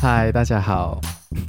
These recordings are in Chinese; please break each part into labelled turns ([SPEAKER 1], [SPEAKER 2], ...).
[SPEAKER 1] 嗨，大家好，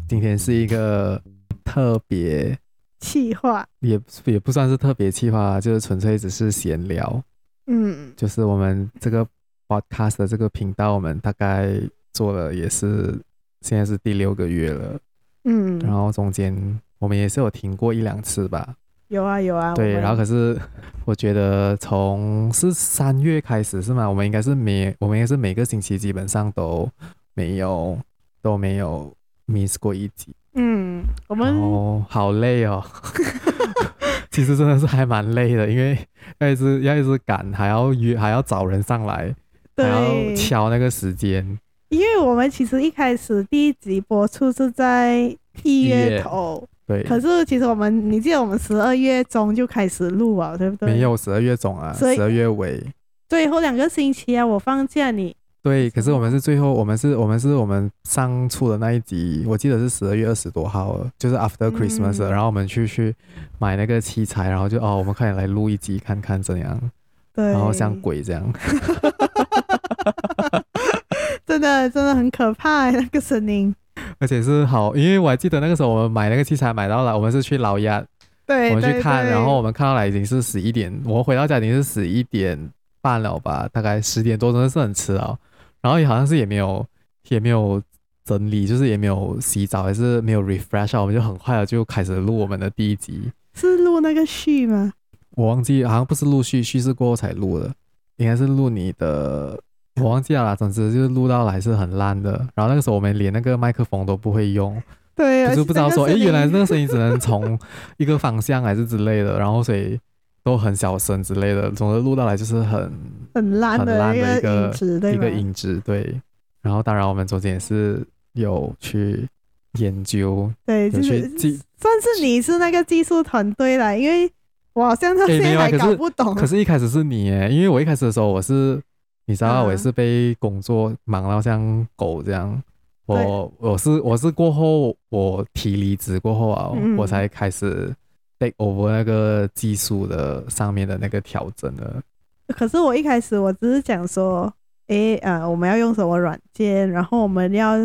[SPEAKER 1] 今天是一个特别，
[SPEAKER 2] 气话，
[SPEAKER 1] 也也不算是特别计划，就是纯粹只是闲聊。
[SPEAKER 2] 嗯，
[SPEAKER 1] 就是我们这个 podcast 的这个频道，我们大概做了也是现在是第六个月了，
[SPEAKER 2] 嗯，
[SPEAKER 1] 然后中间我们也是有停过一两次吧，
[SPEAKER 2] 有啊有啊，
[SPEAKER 1] 对，
[SPEAKER 2] 我们
[SPEAKER 1] 然后可是我觉得从是三月开始是吗？我们应该是每我们应该是每个星期基本上都没有都没有 miss 过一集，
[SPEAKER 2] 嗯，我们
[SPEAKER 1] 哦，好累哦。
[SPEAKER 2] 嗯
[SPEAKER 1] 其实真的是还蛮累的，因为 要一直要一直赶，还要约，还要找人上来，还要
[SPEAKER 2] 对，
[SPEAKER 1] 敲那个时间。
[SPEAKER 2] 因为我们其实一开始第一集播出是在一
[SPEAKER 1] 一月
[SPEAKER 2] 月头，
[SPEAKER 1] 对，
[SPEAKER 2] 可是其实我们，你记得我们十二月中就开始录啊，对不对？
[SPEAKER 1] 没，有十二月中啊，
[SPEAKER 2] 所以
[SPEAKER 1] 十二月尾。
[SPEAKER 2] 最后两个星期啊，我放假你，
[SPEAKER 1] 对，可是我们是最后，我们是，我们是我们上出的那一集，我记得是十二月二十多号了，就是 After Christmas，了、
[SPEAKER 2] 嗯
[SPEAKER 1] 然后我们去去买那个器材，然后就哦，我们快点来录一集看看怎样，
[SPEAKER 2] 对，
[SPEAKER 1] 然后像鬼这样，
[SPEAKER 2] 真的真的很可怕、欸那个声音，
[SPEAKER 1] 而且是好，因为我还记得那个时候我们买那个器材买到了，我们是去老鸭
[SPEAKER 2] 对，
[SPEAKER 1] 我们去
[SPEAKER 2] 哎对
[SPEAKER 1] 看，
[SPEAKER 2] 对
[SPEAKER 1] 然后我们看到了已经是十一点，我回到家已经是十一点半了吧，大概十点多，真的是很迟了。然后也好像是也没有也没有整理，就是也没有洗澡，也是没有 refresh 啊，我们就很快的就开始录我们的第一集。
[SPEAKER 2] 是录那个序吗？
[SPEAKER 1] 我忘记好像不是陆续叙事过后才录的，应该是录你的，我忘记了啦。总之就是录到了还是很烂的。然后那个时候我们连那个麦克风都不会用，
[SPEAKER 2] 对，
[SPEAKER 1] 就是不知道说，
[SPEAKER 2] 哎
[SPEAKER 1] 哎，，原来 那个声音只能从一个方向还是之类的，然后所以都很小声之类的，总之录到来就是很
[SPEAKER 2] 很烂
[SPEAKER 1] 很烂的
[SPEAKER 2] 一
[SPEAKER 1] 一个
[SPEAKER 2] 影子，对啊
[SPEAKER 1] 一
[SPEAKER 2] 吗
[SPEAKER 1] 个？音质，对。然后当然我们中间也是有去研究，
[SPEAKER 2] 对，
[SPEAKER 1] 有
[SPEAKER 2] 就
[SPEAKER 1] 去
[SPEAKER 2] 是
[SPEAKER 1] 记，
[SPEAKER 2] 算是你是那个技术团队啦，因为我好像到
[SPEAKER 1] 诶
[SPEAKER 2] 现
[SPEAKER 1] 没
[SPEAKER 2] 在
[SPEAKER 1] 有啊
[SPEAKER 2] 还
[SPEAKER 1] 可是
[SPEAKER 2] 搞不懂。
[SPEAKER 1] 可是一开始是你耶，因为我一开始的时候我是，你知道
[SPEAKER 2] 嗯
[SPEAKER 1] 我也是被工作忙到像狗这样。
[SPEAKER 2] 对
[SPEAKER 1] 我我是我是过后我提离职过后啊，
[SPEAKER 2] 嗯
[SPEAKER 1] 我才开始 take over 那个技术的上面的那个调整的。
[SPEAKER 2] 可是我一开始我只是讲说，诶，呃，我们要用什么软件，然后我们要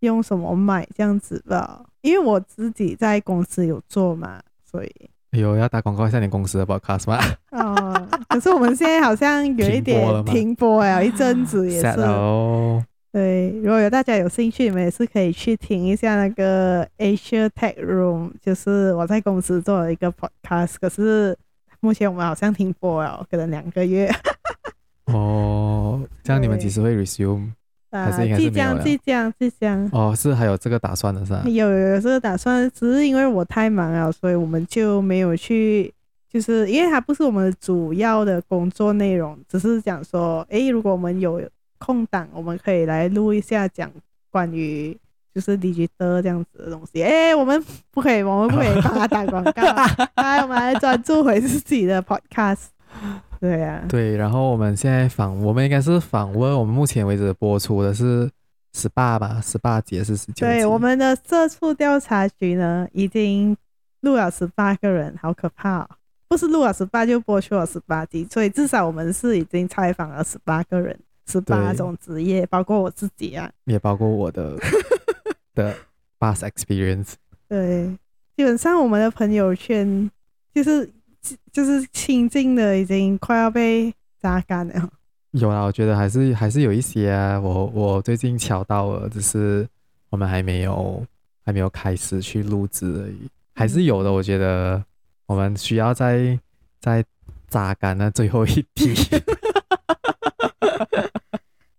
[SPEAKER 2] 用什么买这样子吧，因为我自己在公司有做嘛，所以
[SPEAKER 1] 哎呦，要打广告一下你公司的 podcast 吗？
[SPEAKER 2] 哦， 可是我们现在好像有一
[SPEAKER 1] 停播了吗
[SPEAKER 2] 点停播了，一阵子 也
[SPEAKER 1] sad
[SPEAKER 2] 是。
[SPEAKER 1] 哦，
[SPEAKER 2] 对，如果有大家有兴趣，你们也是可以去听一下那个 Asia Tech Room，就是我在公司做了一个 podcast，可是目前我们好像停播了，可能两个月，
[SPEAKER 1] 哦，这样你们
[SPEAKER 2] 对
[SPEAKER 1] 几时会 resume？
[SPEAKER 2] 啊
[SPEAKER 1] 还是应该是
[SPEAKER 2] 即
[SPEAKER 1] 没有
[SPEAKER 2] 将
[SPEAKER 1] 了
[SPEAKER 2] 即将即将
[SPEAKER 1] 哦，是还有这个打算的是吧？
[SPEAKER 2] 有有有哎这个打算，只是因为我太忙了，所以我们就没有去，就是因为它不是我们主要的工作内容，只是讲说，诶，如果我们有空档，我们可以来录一下讲关于就是 digital 这样子的东西。诶，我们不可以，我们不可以帮他打广告，来，我们来专注回自己的 podcast。对啊呀、
[SPEAKER 1] 对，然后我们现在访，我们应该是访问，我们目前为止播出的是十八吧，十八节是十九
[SPEAKER 2] 对我们的社畜调查局呢，已经录了十八个人，好可怕、哦！不是录了十八就播出了十八集，所以至少我们是已经采访了十八个人，十八
[SPEAKER 1] 对
[SPEAKER 2] 种职业，包括我自 己啊。
[SPEAKER 1] 也包括我的的 past experience。
[SPEAKER 2] 对，基本上我们的朋友圈就是就是亲近的，已经快要被榨干了。
[SPEAKER 1] 有啦，我觉得还是还是有一些啊，我我最近瞧到了，只是我们还没有还没有开始去录制而已，还是有的。我觉得我们需要再再榨干那最后一 滴。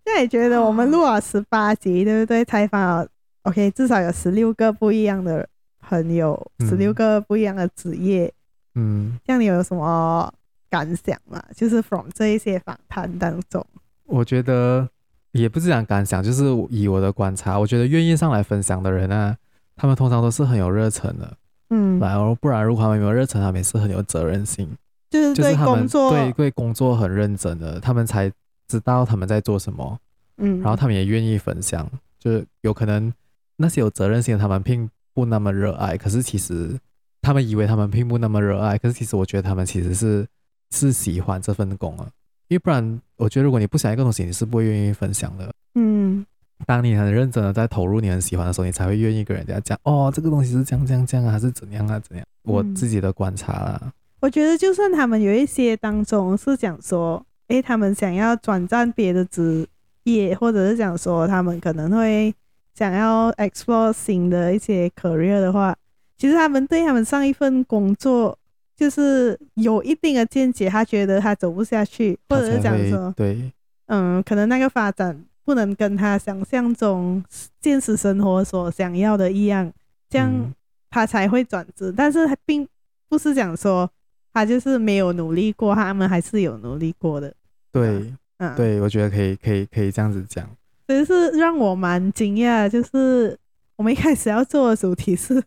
[SPEAKER 2] 那你觉得我们录了十八集，对不对？采访了 OK，至少有十六个不一样的朋友，
[SPEAKER 1] 嗯
[SPEAKER 2] 十六个不一样的职业。
[SPEAKER 1] 嗯，
[SPEAKER 2] 这样你有什么感想吗？就是 from 这一些访谈当中，
[SPEAKER 1] 我觉得也不是讲感想，就是我以我的观察，我觉得愿意上来分享的人啊，他们通常都是很有热忱的，
[SPEAKER 2] 嗯，
[SPEAKER 1] 然后不然如果他们没有热忱，他们也是很有责任心。
[SPEAKER 2] 就是
[SPEAKER 1] 就是
[SPEAKER 2] 对
[SPEAKER 1] 他
[SPEAKER 2] 工
[SPEAKER 1] 们
[SPEAKER 2] 作，
[SPEAKER 1] 对对工作很认真的，他们才知道他们在做什么，
[SPEAKER 2] 嗯，
[SPEAKER 1] 然后他们也愿意分享。就是有可能那些有责任心的，他们并不那么热爱，可是其实他们以为他们并不那么热爱，可是其实我觉得他们其实是是喜欢这份工啊，因为不然，我觉得如果你不想一个东西，你是不会愿意分享的。
[SPEAKER 2] 嗯
[SPEAKER 1] 当你很认真的在投入你很喜欢的时候，你才会愿意跟人家讲哦，这个东西是这样这样这样啊，还是怎样啊怎样。我
[SPEAKER 2] 嗯
[SPEAKER 1] 自己的观察啦，
[SPEAKER 2] 我觉得就算他们有一些当中是讲说，诶，他们想要转战别的职业，或者是讲说他们可能会想要 explore 新的一些 career 的话，其实他们对他们上一份工作就是有一定的见解，他觉得他走不下去，或
[SPEAKER 1] 他
[SPEAKER 2] 者是
[SPEAKER 1] 才
[SPEAKER 2] 讲
[SPEAKER 1] 会
[SPEAKER 2] 说，
[SPEAKER 1] 对，
[SPEAKER 2] 嗯，可能那个发展不能跟他想象中现实生活所想要的一样，这样
[SPEAKER 1] 嗯
[SPEAKER 2] 他才会转职。但是他并不是讲说他就是没有努力过，他们还是有努力过的。
[SPEAKER 1] 对
[SPEAKER 2] 嗯，，
[SPEAKER 1] 对，我觉得可以可以可以这样子讲，
[SPEAKER 2] 这是让我蛮惊讶的，就是我们一开始要做的主题是。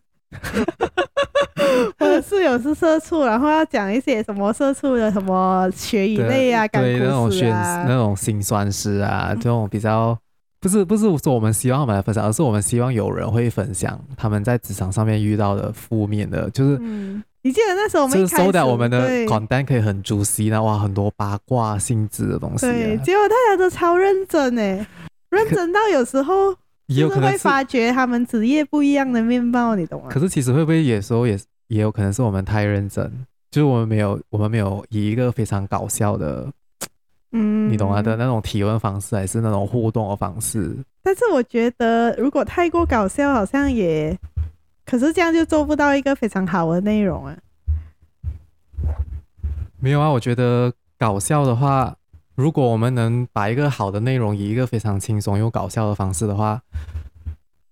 [SPEAKER 2] 我的室友是社畜，然后要讲一些什么社畜的什么血与泪啊、感
[SPEAKER 1] 对那种
[SPEAKER 2] 苦嗯史
[SPEAKER 1] 选
[SPEAKER 2] 啊，
[SPEAKER 1] 那种辛酸史啊，这种比较不是不是说我们希望我们来分享，而是我们希望有人会分享他们在职场上面遇到的负面的，就是
[SPEAKER 2] 嗯，你记得那时候我们
[SPEAKER 1] 就
[SPEAKER 2] 一
[SPEAKER 1] 是
[SPEAKER 2] 开始
[SPEAKER 1] 收到我们的
[SPEAKER 2] 对
[SPEAKER 1] content 可以很 juicy 那哇，很多八卦性质的东西、
[SPEAKER 2] 对，
[SPEAKER 1] 啊，
[SPEAKER 2] 结果大家都超认 真哎，认真到有时候
[SPEAKER 1] 也有
[SPEAKER 2] 就是
[SPEAKER 1] 可能
[SPEAKER 2] 会
[SPEAKER 1] 是，
[SPEAKER 2] 发觉他们职业不一样的面貌，你懂吗
[SPEAKER 1] 可？是其实会不会有时候也也有可能是我们太认真，就是我们没有我们没有以一个非常搞笑的，
[SPEAKER 2] 嗯，
[SPEAKER 1] 你懂啊吗、的。那种提问方式，还是那种互动的方式，
[SPEAKER 2] 但是我觉得如果太过搞笑，好像也，可是这样就做不到一个非常好的内容啊。
[SPEAKER 1] 没有啊，我觉得搞笑的话，如果我们能把一个好的内容以一个非常轻松又搞笑的方式的话，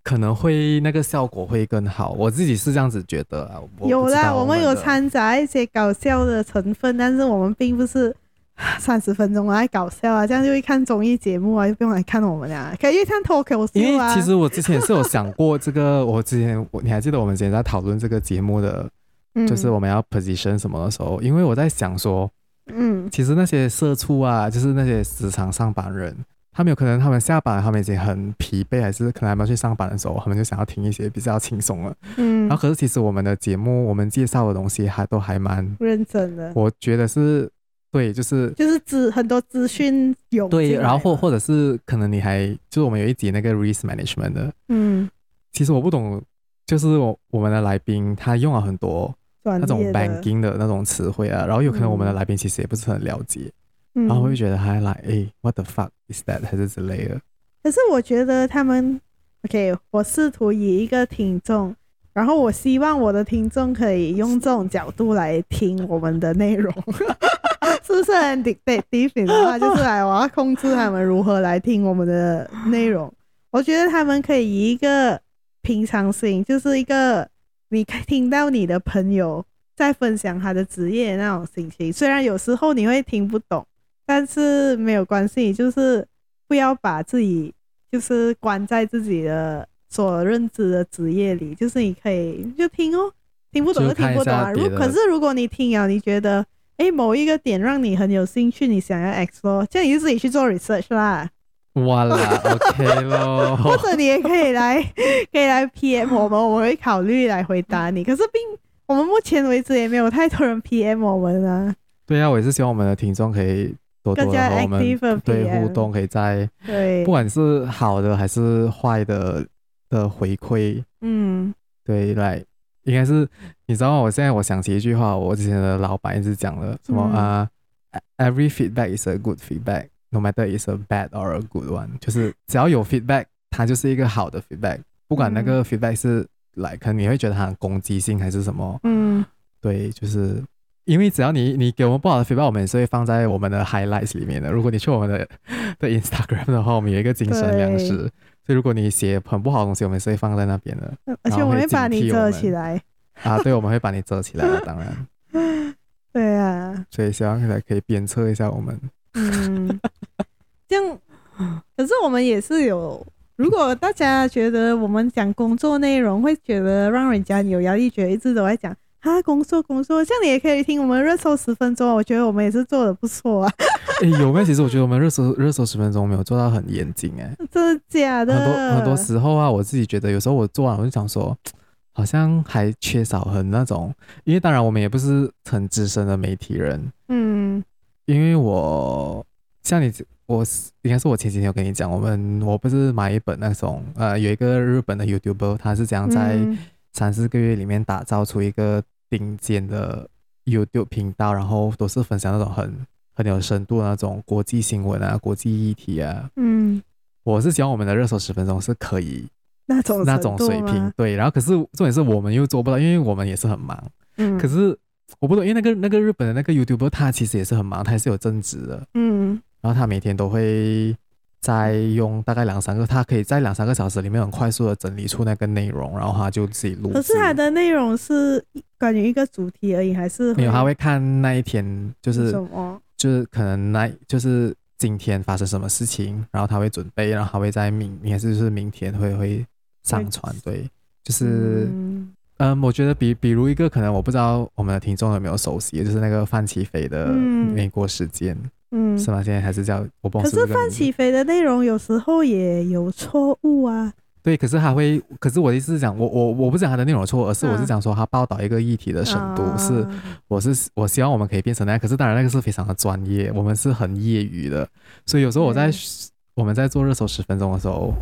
[SPEAKER 1] 可能会那个效果会更好。我自己是这样子觉得啊。我
[SPEAKER 2] 有
[SPEAKER 1] 不知
[SPEAKER 2] 啦，
[SPEAKER 1] 道
[SPEAKER 2] 我
[SPEAKER 1] 我们
[SPEAKER 2] 们有
[SPEAKER 1] 的，
[SPEAKER 2] 掺杂一些搞笑的成分，但是我们并不是 三十分钟来搞笑啊，这样就会看综艺节目啊，就不用来看我们俩、可以去看脱口
[SPEAKER 1] 因
[SPEAKER 2] 秀
[SPEAKER 1] 为
[SPEAKER 2] 啊。
[SPEAKER 1] 其实我之前是有想过这个，我之前我你还记得我们之前在讨论这个节目 的，
[SPEAKER 2] 嗯
[SPEAKER 1] 就是我们要 position 什么的时候，因为我在想说，
[SPEAKER 2] 嗯，嗯
[SPEAKER 1] 其实那些社畜啊，就是那些职场上班人，他们有可能他们下班，他们已经很疲惫，还是可能他们去上班的时候，他们就想要听一些比较轻松的。
[SPEAKER 2] 嗯，
[SPEAKER 1] 然后可是其实我们的节目，我们介绍的东西还都还蛮，
[SPEAKER 2] 认真的，
[SPEAKER 1] 我觉得是对，就是
[SPEAKER 2] 就是资很多资讯有
[SPEAKER 1] 对，
[SPEAKER 2] 进来
[SPEAKER 1] 然后或
[SPEAKER 2] 嘛
[SPEAKER 1] 或者是可能你还就是我们有一集那个 risk management 的，
[SPEAKER 2] 嗯，
[SPEAKER 1] 其实我不懂，就是我我们的来宾他用了很多
[SPEAKER 2] 专
[SPEAKER 1] 那种
[SPEAKER 2] 业的
[SPEAKER 1] banking 的那种词汇啊，然后有可能我们的
[SPEAKER 2] 嗯
[SPEAKER 1] 来宾其实也不是很了解，
[SPEAKER 2] 嗯，
[SPEAKER 1] 然后我会觉得他来哎 what the fuck is that 还是之类的，
[SPEAKER 2] 可是我觉得他们，OK，我试图以一个听众，然后我希望我的听众可以用这种角度来听我们的内容， 是不是很 dictative 的话，就是来我要控制他们如何来听我们的内容。我觉得他们可以以一个平常心，就是一个你可以听到你的朋友在分享他的职业的那种心情，虽然有时候你会听不懂，但是没有关系，就是不要把自己就是关在自己的所认知的职业里，就是你可以就听哦，听不
[SPEAKER 1] 嗯
[SPEAKER 2] 懂
[SPEAKER 1] 就
[SPEAKER 2] 就听
[SPEAKER 1] 看一
[SPEAKER 2] 不懂啊。
[SPEAKER 1] 下
[SPEAKER 2] 如
[SPEAKER 1] 别的
[SPEAKER 2] 可是如果你听了，你觉得诶某一个点让你很有兴趣，你想要 explore，这样你就自己去做 research 啦，
[SPEAKER 1] 哇啦 OK 咯，
[SPEAKER 2] 或者你也可以来 可以来 PM 我们，我们会考虑来回答你。可是并我们目前为止也没有太多人 PM 我们啊，
[SPEAKER 1] 对啊，我也是希望我们的听众可以多多
[SPEAKER 2] 更加
[SPEAKER 1] 的和我们
[SPEAKER 2] active 的
[SPEAKER 1] 对
[SPEAKER 2] PM
[SPEAKER 1] 互动，可以在
[SPEAKER 2] 对
[SPEAKER 1] 不，管是好的还是坏的的回馈，
[SPEAKER 2] 嗯
[SPEAKER 1] 对，来应该是你知道吗？我现在我想起一句话，我之前的老板一直讲的什么
[SPEAKER 2] 嗯
[SPEAKER 1] 啊、e v e r y feedback is a good feedback, no matter is a bad or a good one，就是只要有 feedback，它就是一个好的 feedback，不管那个 feedback 是来，可能你会觉得它很攻击性还是什么，
[SPEAKER 2] 嗯
[SPEAKER 1] 对，就是因为只要你你给我们不好的 feedback，我们也是会放在我们的 highlights 里面的。如果你去我们的的 Instagram 的话，我们有一个精神粮食，所以如果你写很不好的东西，我们也是会放在那边的
[SPEAKER 2] 而且我们会把你遮起来。
[SPEAKER 1] 啊。对，我们会把你遮起 来的，啊当然。
[SPEAKER 2] 对啊，
[SPEAKER 1] 所以希望大家可以鞭策一下我们。
[SPEAKER 2] 嗯，这样，可是我们也是有，如果大家觉得我们讲工作内容会觉得让人家有压力，觉得一直都在讲啊工作工作，这样你也可以听我们热搜十分钟，我觉得我们也是做的不错啊，
[SPEAKER 1] 诶，有没有？其实我觉得我们热搜热搜十分钟没有做到很严谨诶。
[SPEAKER 2] 真的假的？
[SPEAKER 1] 很多很多时候啊，我自己觉得有时候我做完我就想说，好像还缺少很那种，因为当然我们也不是很资深的媒体人，
[SPEAKER 2] 嗯
[SPEAKER 1] 因为我像你，我是应该是我前几天有跟你讲，我们我不是买一本那种呃，有一个日本的 YouTuber，他是怎样在
[SPEAKER 2] 嗯
[SPEAKER 1] 三四个月里面打造出一个顶尖的 YouTube 频道，然后都是分享那种很很有深度的那种国际新闻啊、国际议题啊。
[SPEAKER 2] 嗯
[SPEAKER 1] 我是希望我们的热搜十分钟是可以
[SPEAKER 2] 那种
[SPEAKER 1] 那
[SPEAKER 2] 程
[SPEAKER 1] 种
[SPEAKER 2] 度
[SPEAKER 1] 水平
[SPEAKER 2] 吗，，
[SPEAKER 1] 对。然后可是重点是我们又做不到，因为我们也是很忙。
[SPEAKER 2] 嗯，
[SPEAKER 1] 可是我不懂，因为那个那个日本的那个 YouTuber 他其实也是很忙，他也是有正职的，
[SPEAKER 2] 嗯
[SPEAKER 1] 然后他每天都会再用大概两三个，他可以在两三个小时里面很快速的整理出那个内容，然后他就自己录制。
[SPEAKER 2] 可是它的内容是关于一个主题而已，还 是
[SPEAKER 1] 没有，他会看那一
[SPEAKER 2] 嗯
[SPEAKER 1] 天，就是
[SPEAKER 2] 什么？
[SPEAKER 1] 就是可能那就是今天发生什么事情，然后他会准备，然后他会在明也是就是明天会会上传，对，就是
[SPEAKER 2] 嗯
[SPEAKER 1] 嗯，我觉得比比如一个可能我不知道我们的听众有没有熟悉，就是那个范奇飞的
[SPEAKER 2] 嗯
[SPEAKER 1] 美国时间、
[SPEAKER 2] 嗯，
[SPEAKER 1] 是吗？现在还是叫我不懂
[SPEAKER 2] 可
[SPEAKER 1] 不
[SPEAKER 2] 是
[SPEAKER 1] 这个
[SPEAKER 2] 范
[SPEAKER 1] 名字
[SPEAKER 2] 起飞的内容有时候也有错误啊，
[SPEAKER 1] 对，可是他会，可是我的意思是讲，我我我不是讲他的内容有错，而是我是
[SPEAKER 2] 嗯
[SPEAKER 1] 讲说他报道一个议题的深度、
[SPEAKER 2] 啊
[SPEAKER 1] 是我是我希望我们可以变成那样，可是当然那个是非常的专业，我们是很业余的，所以有时候我在
[SPEAKER 2] 对
[SPEAKER 1] 我们在做热搜十分钟的时候，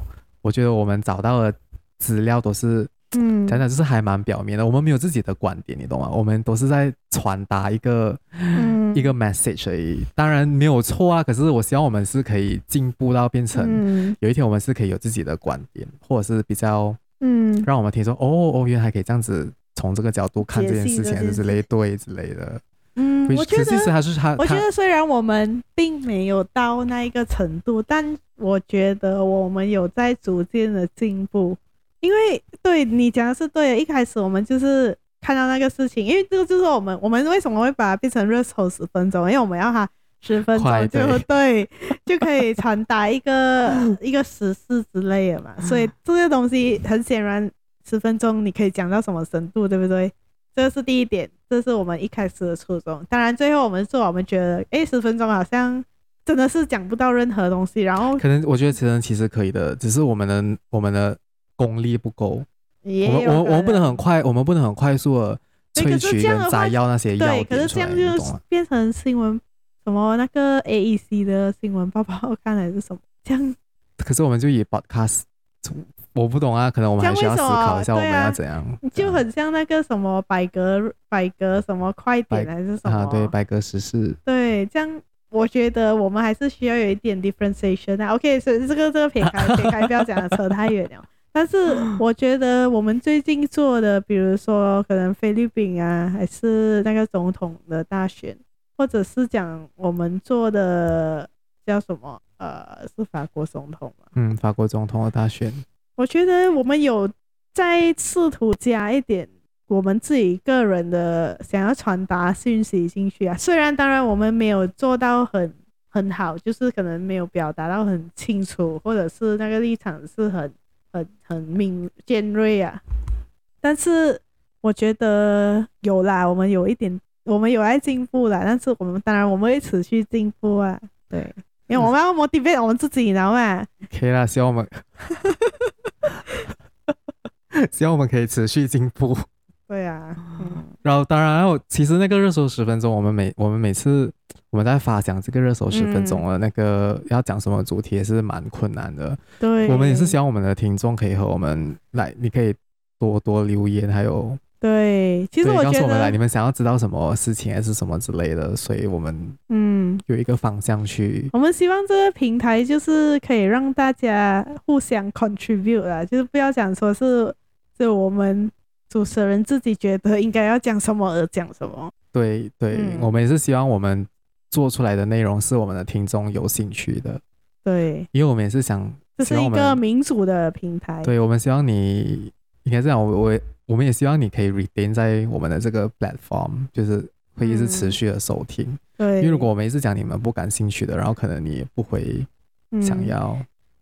[SPEAKER 1] 我觉得我们找到的资料都是
[SPEAKER 2] 嗯，
[SPEAKER 1] 讲讲就是还蛮表面的，我们没有自己的观点，你懂吗？我们都是在传达一个、
[SPEAKER 2] 嗯
[SPEAKER 1] 一个 message 而已，当然没有错啊，可是我希望我们是可以进步到变成、
[SPEAKER 2] 嗯
[SPEAKER 1] 有一天我们是可以有自己的观点，或者是比较
[SPEAKER 2] 嗯
[SPEAKER 1] 让我们听说哦哦，原来还可以这样子。从这个角度看这件
[SPEAKER 2] 解析
[SPEAKER 1] 事
[SPEAKER 2] 这
[SPEAKER 1] 情还是
[SPEAKER 2] 件
[SPEAKER 1] 之
[SPEAKER 2] 事
[SPEAKER 1] 类
[SPEAKER 2] 情
[SPEAKER 1] 对之类的，
[SPEAKER 2] 嗯，我
[SPEAKER 1] Which-
[SPEAKER 2] 觉
[SPEAKER 1] 可是其实
[SPEAKER 2] 得
[SPEAKER 1] 他是他，
[SPEAKER 2] 我觉
[SPEAKER 1] 他
[SPEAKER 2] 得虽然我们并没有到那一个程度，但我觉得我们有在逐渐的进步。因为对你讲的是对的，一开始我们就是看到那个事情，因为这个就是我们我们为什么会把它变成热搜十分钟，因为我们要它十分
[SPEAKER 1] 快
[SPEAKER 2] 钟就对就可以传达一个一个时事之类的嘛，所以这些东西很显然十分钟你可以讲到什么深度，对不对？这是第一点，这是我们一开始的初衷。当然，最后我们做，我们觉得，哎，十分钟好像真的是讲不到任何东西。然后，
[SPEAKER 1] 可能我觉得其实其实可以的，只是我们的我们的功力不够，我
[SPEAKER 2] 也
[SPEAKER 1] 们
[SPEAKER 2] 有
[SPEAKER 1] 我们我们不能
[SPEAKER 2] 可
[SPEAKER 1] 很快，我们不能很快速的
[SPEAKER 2] 对可
[SPEAKER 1] 萃
[SPEAKER 2] 是
[SPEAKER 1] 取
[SPEAKER 2] 这样的
[SPEAKER 1] 跟
[SPEAKER 2] 话
[SPEAKER 1] 摘要那些要
[SPEAKER 2] 对，
[SPEAKER 1] 点
[SPEAKER 2] 可是这样
[SPEAKER 1] 出来你懂
[SPEAKER 2] 就
[SPEAKER 1] 吗？
[SPEAKER 2] 变成新闻什么那个 AEC 的新闻报报看还是什么，这样
[SPEAKER 1] 可是我们就以 podcast，我不懂啊，可能我们
[SPEAKER 2] 这
[SPEAKER 1] 还
[SPEAKER 2] 样
[SPEAKER 1] 需要
[SPEAKER 2] 为
[SPEAKER 1] 思
[SPEAKER 2] 什么
[SPEAKER 1] 考一下我们
[SPEAKER 2] 对啊
[SPEAKER 1] 要怎样，嗯
[SPEAKER 2] 就很像那个什么百格百格什么快点还是什么
[SPEAKER 1] 啊对，白鸽时事，
[SPEAKER 2] 对，这样我觉得我们还是需要有一点 differentiation 啊。OK，所以这个这个撇开撇开，不要讲了，扯太远了。但是我觉得我们最近做的，比如说可能菲律宾啊，还是那个总统的大选，或者是讲我们做的叫什么？呃，是法国总统啊嘛？
[SPEAKER 1] 嗯，法国总统的大选，
[SPEAKER 2] 我觉得我们有在试图加一点我们自己个人的想要传达讯息进去啊。虽然当然我们没有做到很很好，就是可能没有表达到很清楚，或者是那个立场是很很很敏尖锐啊。但是我觉得有啦，我们有一点，我们有在进步啦。但是我们当然我们会持续进步啊，对，因为我们要 motivate 我们自己，你知道吗？
[SPEAKER 1] 可以啦，希望我们， 希望我们可以持续进步。
[SPEAKER 2] 对啊，嗯。
[SPEAKER 1] 然后当然，我其实那个热搜十分钟，我们每我们每次我们在发想这个热
[SPEAKER 2] 嗯
[SPEAKER 1] 搜十分钟的那个要讲什么主题也是蛮困难的。
[SPEAKER 2] 对，
[SPEAKER 1] 我们也是希望我们的听众可以和我们来，你可以多多留言，还有
[SPEAKER 2] 对，其实
[SPEAKER 1] 对
[SPEAKER 2] 我
[SPEAKER 1] 告
[SPEAKER 2] 觉
[SPEAKER 1] 诉我们来，你
[SPEAKER 2] 得，
[SPEAKER 1] 们想要知道什么事情还是什么之类的，所以我们
[SPEAKER 2] 嗯，
[SPEAKER 1] 有一个方向去。
[SPEAKER 2] 我们希望这个平台就是可以让大家互相 contribute 啦，就是不要讲说是是我们主持人自己觉得应该要讲什么而讲什么。
[SPEAKER 1] 对对，
[SPEAKER 2] 嗯
[SPEAKER 1] 我们也是希望我们做出来的内容是我们的听众有兴趣的，
[SPEAKER 2] 对，
[SPEAKER 1] 因为我们也是想，
[SPEAKER 2] 这
[SPEAKER 1] 希
[SPEAKER 2] 是
[SPEAKER 1] 望
[SPEAKER 2] 一
[SPEAKER 1] 我们
[SPEAKER 2] 个民主的平台。
[SPEAKER 1] 对我们希望你应该这样，我我我们也希望你可以 retain 在我们的这个 platform，就是会一直持续的收听。
[SPEAKER 2] 嗯对，
[SPEAKER 1] 因为如果我们一直讲你们不感兴趣的，然后可能你也不会想
[SPEAKER 2] 嗯
[SPEAKER 1] 要。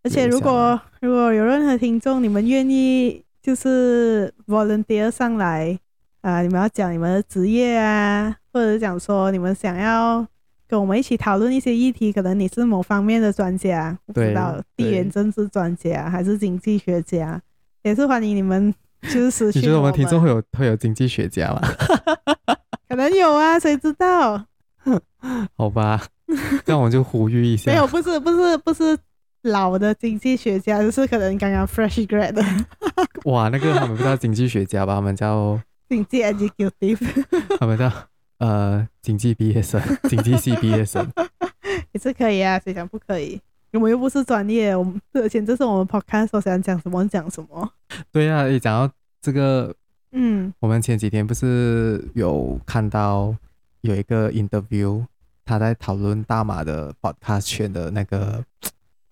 [SPEAKER 2] 而且
[SPEAKER 1] 留
[SPEAKER 2] 如
[SPEAKER 1] 下
[SPEAKER 2] 果如果有任何听众，你们愿意就是 volunteer 上来啊、你们要讲你们的职业啊，或者讲说你们想要跟我们一起讨论一些议题，可能你是某方面的专家，不
[SPEAKER 1] 对
[SPEAKER 2] 知道
[SPEAKER 1] 对
[SPEAKER 2] 地缘政治专家还是经济学家，也是欢迎你们就是私
[SPEAKER 1] 你
[SPEAKER 2] 信
[SPEAKER 1] 觉得我们听众
[SPEAKER 2] 们
[SPEAKER 1] 会有会有经济学家吗？
[SPEAKER 2] 可能有啊，谁知道？
[SPEAKER 1] 好 吧，这样我们就呼吁一下
[SPEAKER 2] 没。有，不是 不是不是老的经济学家，就是可能刚刚 fresh grad 的
[SPEAKER 1] 哇，那个他们不叫经济学家吧？他们叫
[SPEAKER 2] 经济 executive
[SPEAKER 1] 他们叫呃经济毕业生，经济系毕业 生。
[SPEAKER 2] 也是可以啊，谁讲不可以？我们又不是专业，我们而且这是我们 podcast，我想讲什么讲什么。
[SPEAKER 1] 对啊，一讲到这个，
[SPEAKER 2] 嗯
[SPEAKER 1] 我们前几天不是有看到有一个 interview，他在讨论大马的 podcast 圈的那个，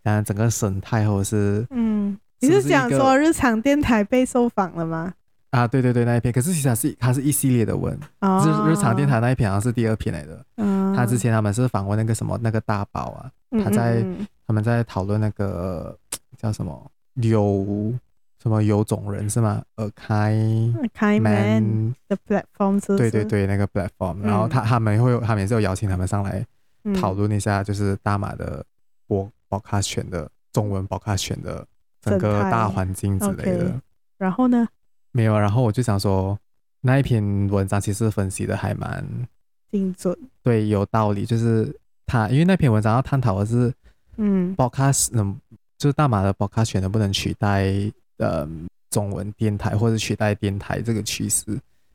[SPEAKER 1] 嗯，整个生态或者是
[SPEAKER 2] 嗯，你
[SPEAKER 1] 是不
[SPEAKER 2] 是
[SPEAKER 1] 是
[SPEAKER 2] 想
[SPEAKER 1] 一个
[SPEAKER 2] 说日常电台被受访了吗？
[SPEAKER 1] 啊，对对对，那一篇。可是其实它是它是一系列的文，
[SPEAKER 2] 哦，
[SPEAKER 1] 就是日常电台那一篇好啊像是第二篇来的。
[SPEAKER 2] 嗯，
[SPEAKER 1] 他之前他们是访问那个什么那个大宝啊，
[SPEAKER 2] 嗯
[SPEAKER 1] 他在
[SPEAKER 2] 嗯嗯
[SPEAKER 1] 他们在讨论那个呃叫什么有什么有种人是吗？呃，开
[SPEAKER 2] 嗯 Kind Man 的 platform 是不
[SPEAKER 1] 对对
[SPEAKER 2] 是，
[SPEAKER 1] 对，那个 platform，
[SPEAKER 2] 嗯
[SPEAKER 1] 然后他他们会有，他们也是有邀请他们上来
[SPEAKER 2] 嗯
[SPEAKER 1] 讨论一下，就是大马的博博卡圈的中文博卡圈的整个
[SPEAKER 2] 生态
[SPEAKER 1] 大环境之类的
[SPEAKER 2] OK。然后呢，
[SPEAKER 1] 没有，然后我就想说那一篇文章其实分析的还蛮
[SPEAKER 2] 精准，
[SPEAKER 1] 对，有道理，就是他因为那篇文章要探讨的是
[SPEAKER 2] 嗯
[SPEAKER 1] podcast 能，就是大马的 podcast 选能不能取代呃中文电台或者取代电台这个趋势。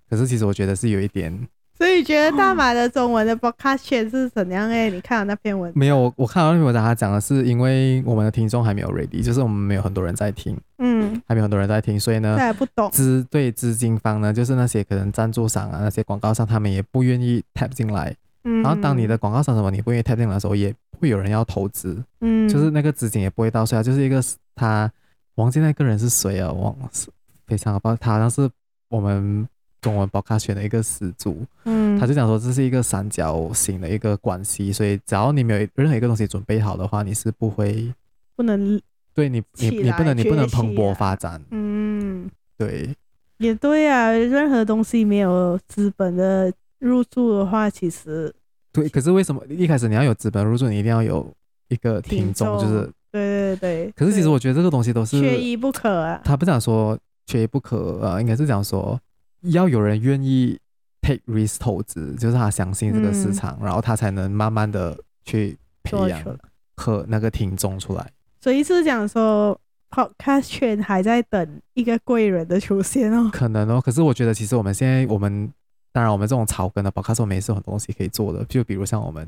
[SPEAKER 1] 可是其实我觉得是有一点
[SPEAKER 2] 所以觉得大马的中文的 podcast 圈是怎样哎？你看了那篇文，
[SPEAKER 1] 没有，我我看到那篇文章，他讲的是因为我们的听众还没有 ready，就是我们没有很多人在听，
[SPEAKER 2] 嗯，
[SPEAKER 1] 还没有很多人在听，所以呢
[SPEAKER 2] 这，还不懂，
[SPEAKER 1] 资对资金方呢，就是那些可能赞助商啊，那些广告商，他们也不愿意 tap 进来。
[SPEAKER 2] 嗯，
[SPEAKER 1] 然后当你的广告商什么你不愿意 tap 进来的时候，也不会有人要投资。
[SPEAKER 2] 嗯，
[SPEAKER 1] 就是那个资金也不会到所以他就是一个他忘记那个人是谁了，忘是非常好吧，他好像是我们中文博卡选的一个始祖，
[SPEAKER 2] 嗯，
[SPEAKER 1] 他就讲说这是一个三角形的一个关系，所以只要你没有任何一个东西准备好的话，你是不会
[SPEAKER 2] 不能，
[SPEAKER 1] 对你你
[SPEAKER 2] 起
[SPEAKER 1] 你不
[SPEAKER 2] 来
[SPEAKER 1] 能你不能
[SPEAKER 2] 崛起啊
[SPEAKER 1] 蓬勃发展，
[SPEAKER 2] 嗯，
[SPEAKER 1] 对
[SPEAKER 2] 也对啊，任何东西没有资本的入驻的话，其实
[SPEAKER 1] 对。可是为什么一开始你要有资本入驻，你一定要有一个听众，
[SPEAKER 2] 听
[SPEAKER 1] 就
[SPEAKER 2] 众
[SPEAKER 1] 是
[SPEAKER 2] 对对对，
[SPEAKER 1] 可是其实
[SPEAKER 2] 对
[SPEAKER 1] 我觉得这个东西都是
[SPEAKER 2] 缺一不可啊，
[SPEAKER 1] 他不讲说缺一不可，呃，应该是讲说要有人愿意 take risk 投资，就是他相信这个市场，然后他才能慢慢的去培
[SPEAKER 2] 嗯做
[SPEAKER 1] 养
[SPEAKER 2] 出来
[SPEAKER 1] 和那个听众出来。
[SPEAKER 2] 所以是讲说 podcast 圈还在等一个贵人的出现 哦，
[SPEAKER 1] 可能哦，可是我觉得其实我们现在我们。当然，我们这种草根的 podcast 我们也是有很多东西可以做的，就比如像我们，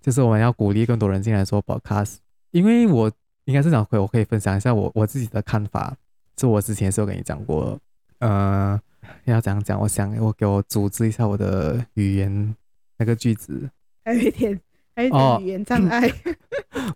[SPEAKER 1] 就是我们要鼓励更多人进来做 podcast，因为我应该是讲回，我可以分享一下我我自己的看法，是我之前是有跟你讲过，呃，要怎样讲？我想我给我组织一下我的语言那个句子，
[SPEAKER 2] 还有一点，还有一
[SPEAKER 1] 哦
[SPEAKER 2] 点语言障碍，